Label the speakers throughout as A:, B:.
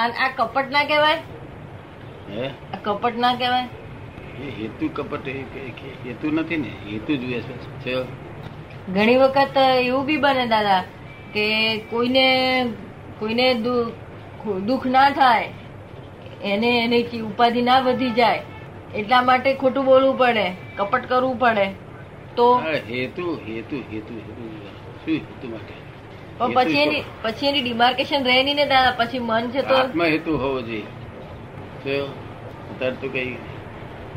A: આ આ કપટ ના કહેવાય
B: હે
A: આ કપટ ના કહેવાય
B: એ હેતુ કપટ એ કે- કે- હેતુ નથી ને હેતુ જ વ્યસન છે
A: ઘણી વખત એવું બી બને દાદા કે કોઈને કોઈને દુ- દુઃખ ના થાય એને એની ચી- ઉપાધિ ના વધી જાય એટલા માટે ખોટું બોલવું પડે કપટ કરવું પડે તો
B: આ હેતુ હેતુ હેતુ હેતુ શું હેતુ માટે
A: પણ પછી એની પછી એની ડિમાર્કેશન રહે નહીં ને દાદા પછી મન છે તો
B: આત્મા હેતુ હોવો જોઈએ તો અત્યારે તો કઈ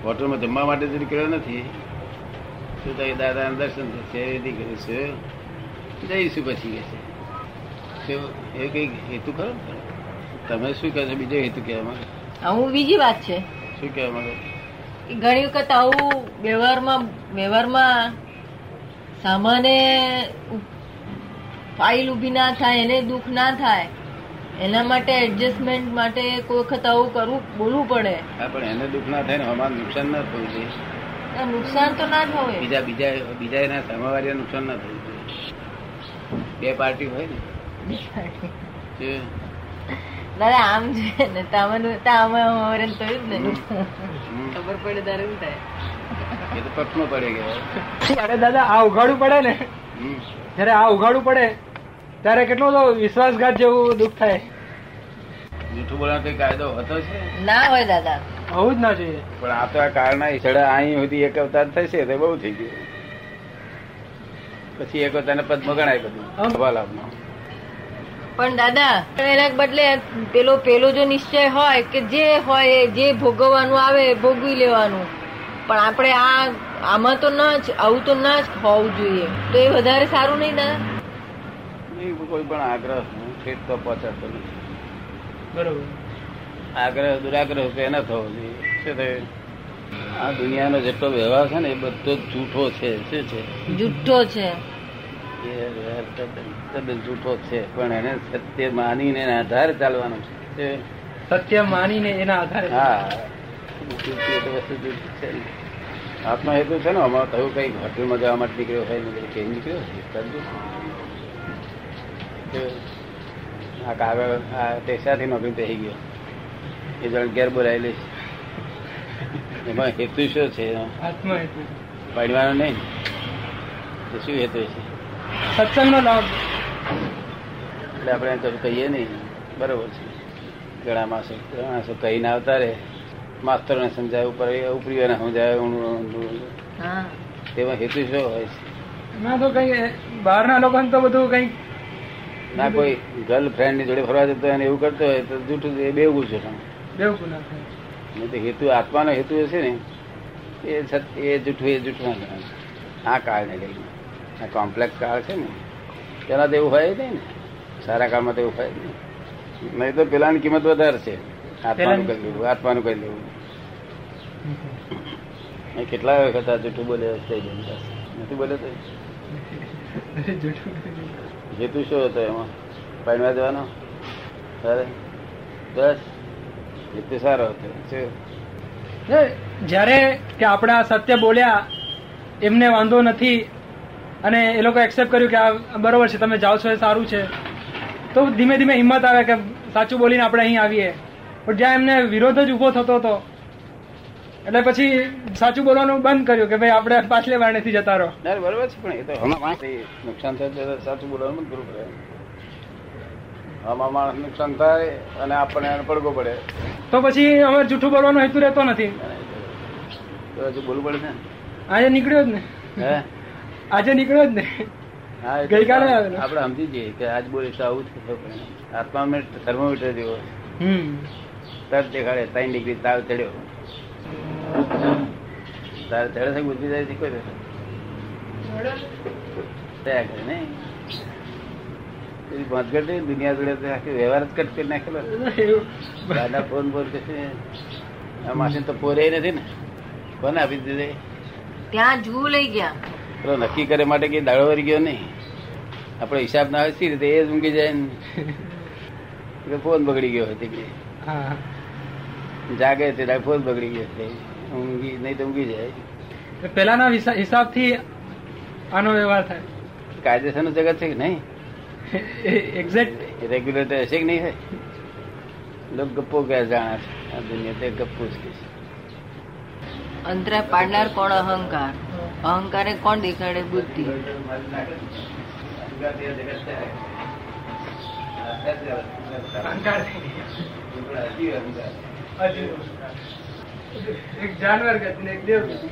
B: હોટલમાં જમવા માટે જ નીકળ્યો નથી શું થાય દાદા દર્શન થશે એ દીકરી છે જઈશું પછી કે છે તો એ કઈ હેતુ ખરો ને? તમે શું કહો છો બીજો હેતુ કહેવા માંગો
A: હું બીજી વાત છે
B: શું કહેવા માંગો
A: કે ઘણી વખત આવું વ્યવહારમાં વ્યવહારમાં સામાન્ય ઉપ- ફાઇલ ઊભી ના થાય એને દુઃખ ના થાય એના માટે એડજસ્ટમેન્ટ માટે કોઈ વખત આવું કરવું બોલવું પડે
B: હા પણ એને દુઃખ ના થાય ને અમારે નુકસાન ના થવું જોઈએ
A: આ નુકસાન તો ના જ હોય
B: બીજા બીજા બીજા એના સામાવાળીને નુકસાન ના થયું જોઈએ. બે પાર્ટી હોય ને તે
A: દાદા આમ છે ને તામાનું તામાં અમારે તો જ ને
B: હમ. હમ,
A: ખબર પડે તારે એવું થાય
B: એ તો પક્ષમાં પડે ગયા
C: અરે દાદા આ ઉઘાડું પડે ને
B: હમ.
C: જયારે આ ઉઘાડું પડે ત્યારે કેટલો તો વિશ્વાસઘાત જેવું દુઃખ થાય
B: જૂઠું બોલવાનો કઈ કાયદો હતો છે
A: ના હોય દાદા
C: હોવું જ ના જોઈએ
B: પણ આ તો આ કારણા હિસાડે અહીં સુધી એક અવતાર થશે તો બહુ થઈ ગયું પછી એક અવતારને પદ્મ ગણાય બધું
C: હમ.
B: ભલામણ.
A: પણ દાદા પણ એના બદલે પેલો પેલો જો નિશ્ચય હોય કે જે હોય એ જે ભોગવવાનું આવે એ ભોગવી લેવાનું પણ આપણે આ આમાં તો ન જ આવું તો ન જ હોવું જોઈએ તો એ વધારે સારું નહીં દાદા
B: નહીં, કોઈ પણ આગ્રહ ઠેઠ તો પહોંચાડતો નથી
C: બરોબર
B: આગ્રહ દુરાગ્રહ તો એના થવો જોઈએ શું થયું આ દુનિયાનો જેટલો વ્યવહાર છે ને એ બધો જ જૂઠો છે શું છે
A: જુઠ્ઠો છે
B: એ વ્યવહાર તદ્દન- તદ્દન જૂઠો છે પણ એને સત્ય માનીને એના આધારે ચાલવાનું છે શું?
C: સત્ય માનીને એના આધારે
B: હા જૂઠી એ તો વસ્તુ જૂઠી છે ને. આત્મા હેતુ છે ને અમારે થયું કઈ હોટલમાં જવા માટે નીકળ્યો હોય ને કે નીકળ્યો હોય, તદ્દન જૂઠું. આ કાગળ આ ટેસાથી નોકરી થઈ ગયો એ જણ ઘેર બોલાયેલી છે. એમાં હેતુ શું છે એનો?
C: આત્મહેતુ
B: પાડવાનો નહીં તો શું હેતુ છે
C: સત્સંગનો લાભ
B: એટલે આપણે કશું કહીએ નહીં બરોબર છે ઘણા માણસો ઘણા માણસો કહીને આવતા રહે માસ્તરોને સમજાય ઉપર ઉપરીઓને સમજાય ઊંડું ઊંડું ઊંડું.
A: હા
B: તેમાં હેતુ શું હોય છે
C: ના તો કઈ બહારના લોકોને તો બધું કઈ
B: ના કોઈ ગર્લફ્રેન્ડની જોડે ફરવા જતો હોય અને એવું કરતો હોય તો જૂઠું એ બેવું છે નહીં
C: બેવકું ના થાય
B: તો હેતુ આત્માનો હેતુ હશે ને એ સત- એ જૂઠું એ જૂઠું ના ગણાય. આ કાળને લઈને આ કોમ્પ્લેક્સ કાળ છે ને પેલા તો એવું હોય જ નહીં ને સારા કાળમાં તો એવું હોય જ નહીં નહીં તો પેલાની કિંમત વધારે છે આત્માનું
C: પહેલાની-
B: કરી લેવું આત્માનું કરી લેવું મેં કેટલા વખત આ જૂઠું બોલે થઈ જાય નથી બોલે તો
C: જૂઠું
B: હેતુ શું હતો એમાં પાડવા દેવાનો અરે બસ હેતુ સારો હતો શું?
C: એ જ્યારે કે આપણે આ સત્ય બોલ્યા એમને વાંધો નથી અને એ લોકો એક્સેપ્ટ કર્યું કે આ બરોબર છે તમે જાઓ છો એ સારું છે તો ધીમે ધીમે હિંમત આવે કે સાચું બોલીને આપણે અહીં આવીએ પણ જ્યાં એમને વિરોધ જ ઊભો થતો હતો એટલે પછી સાચું બોલવાનું બંધ કર્યું કે ભાઈ આપણે પાછલે વાર નથી જતા રહો
B: ના, બરોબર છે પણ એ તો હમણાં કઈ નુકસાન થાય ત્યારે સાચું બોલવાનું પણ ગુરુ કરે આમાં માણસ નુકસાન થાય અને આપણને એનો પડઘો પડે
C: તો પછી અમારે જૂઠું બોલવાનો હેતુ રહેતો નથી
B: તો હજુ બોલવું પડે
C: આજે નીકળ્યો જ ને
B: ને હે
C: આજે નીકળ્યો જ ને
B: હા એટલે
C: ગઈકાલે આવેલો.
B: આપણે સમજી જઈએ કે આજ બોલીશ તો આવું થશે પણ આત્મા થર્મોમીટર જેવો
C: હમ
B: તરત દેખાડે ત્રણ ડિગ્રી તાવ ચડ્યો તાવ ચડે છે બુદ્ધિ જાય છે કોઈ નથી. થયા કરે નહીં પેલી ભાંતગઢ નહીં, દુનિયા જોડે તો આખી વ્યવહાર જ કટ કરી નાખેલો
C: એવું.
B: દાદા ફોન ફોન કરશે આ માસી તો પોરે નથી ને કોને આપી દીધે
A: ત્યાં જુ લઈ ગયા
B: પેલો નક્કી કરે માટે કે દાડો વરી ગયો નહીં આપણો હિસાબ ના હોય સી રીતે એ જ ઊંઘી જાય ને એટલે ફોન બગડી ગયો હતી કે
C: હા
B: જાગે તે દાડે ફોન બગડી ગયો છે ઊંઘી નહીં તો ઊંઘી જાય
C: પહેલાના હિસા- હિસાબથી આનો વ્યવહાર થાય
B: કાયદેસરનું જગત છે કે નહીં
C: એક્ઝેક્ટ
B: રેગ્યુલેટર હશે કે નહીં હોય લોકો ગપ્પો કહે જાણે છે આ દુનિયા તે ગપ્પો જ કહે છે
A: અંતરા પાડનાર કોણ અહંકાર અહંકારે કોણ દેખાડે બુદ્ધિ
C: એક જાનવર ગતિ ને એક દેવ ગતિ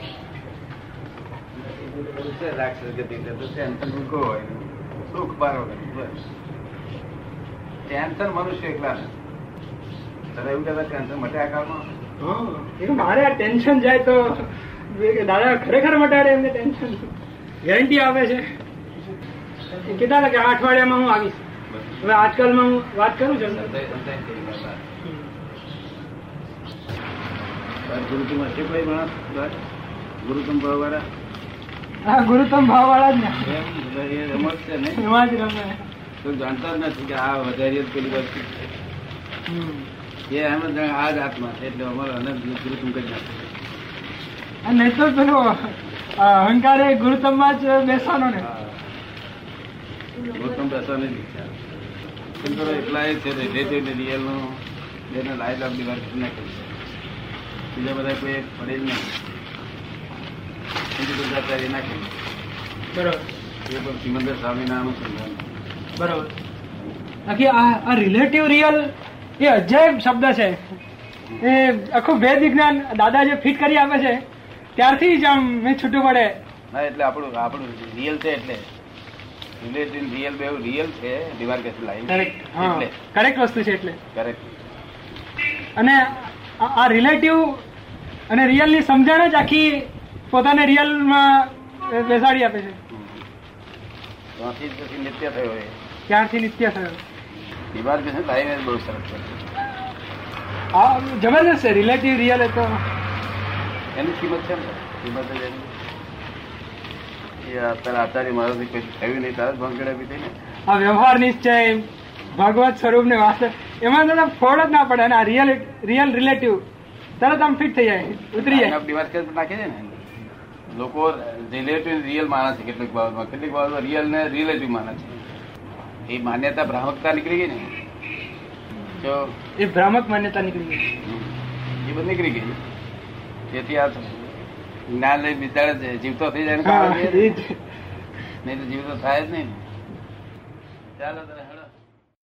B: ટેન્શન મનુષ્ય એકલા તારે એવું કહેતા ટેન્શન મટે આ કાળમાં
C: એ મારે આ ટેન્શન જાય તો કે દાદા ખરેખર મટાડે એમને ટેન્શન ગેરંટી આવે છે એ કીધા હતા કે આ અઠવાડિયામાં હું આવીશ હવે આજકાલમાં હું વાત કરું છું એમને.
B: ગુરુકુમ હશે કોઈ માણસ બહાર? ગુરુકુમ વાળા
C: હા ગુરુત્તમ ભાવ વાળા જ ને
B: એ રમત છે ને
C: એમાં જ રમે
B: તો જાણતા જ નથી કે આ વધારે પેલી વસ્તુ છે
C: હમ.
B: એ એમ જ જાણે આ જ આત્મા છે એટલે અમારો અનંત ગુરુકુમ કરી નાખે
C: અને નહીં તો પેલો અ, અહંકારે ગુરુત્તમમાં જ બેસવાનો ને
B: ગૌતમ પ્રસાદ દીક્ષા શંકરો એકલા એ છે રિલેટિવ ને રિયલ નો જેને લાઈટ આપણી વાત ના કરી શકે બીજા બધા કોઈ પડે જ નહીં શંકર આચાર્ય ના કરી
C: બરોબર
B: એ પણ સિમંદર સ્વામી ના અનુસંધાન
C: બરોબર બાકી આ આ રિલેટિવ રિયલ એ અજાયબ શબ્દ છે એ આખું વેદ વિજ્ઞાન દાદા જે ફિટ કરી આપે છે ત્યારથી જ આમ મેં છૂટું પડે
B: ના એટલે આપણું આપણું રિયલ છે એટલે રિલેટિવ રિયલ બે રિયલ છે ડિમાર્કેશન લાઈન
C: કરેક્ટ હા
B: એટલે
C: કરેક્ટ વસ્તુ છે એટલે
B: કરેક્ટ
C: અને આ આ રિલેટિવ અને રિયલની સમજણ જ આખી પોતાને રિયલમાં બેસાડી આપે છે
B: ત્યાંથી જ પછી નિત્ય થયો એ
C: ત્યારથી નિત્ય થયો
B: ડિમાર્કેશન લાઈન જ બહુ સરસ છે
C: આ જબરદસ્ત છે રિલેટિવ રિયલ એ તો
B: એની કિંમત છે ને કિંમત જ એની એ અત્યારે આચાર્ય મારાથી કશું થયું નહીં તારા જ ભંગડ આપી થઈ ને
C: આ વ્યવહાર નિશ્ચય ભગવત સ્વરૂપ ને વાસ્તવ એમાં તો તમે ફોડ જ ના પડે અને આ રિયલ રિયલ રિલેટિવ તરત આમ ફિટ થઈ જાય ઉતરી
B: આને
C: જાય
B: આપણે વાત કરી નાખે છે ને લોકો રિલેટિવ રિયલ માને છે કેટલીક બાબતમાં કેટલીક બાબતમાં રિયલ ને રિલેટિવ માને છે એ માન્યતા ભ્રામકતા નીકળી ગઈ ને તો
C: એ ભ્રામક માન્યતા નીકળી ગઈ
B: એ બધી નીકળી ગઈ તેથી આ જ્ઞાન લઈ બિચારે છે જીવતો થઈ જાય ને કાળો થઈ જાય ને.
C: હા, એ જ.
B: નહીં તો જીવતો થાય જ નહીં ને. ચાલો તારે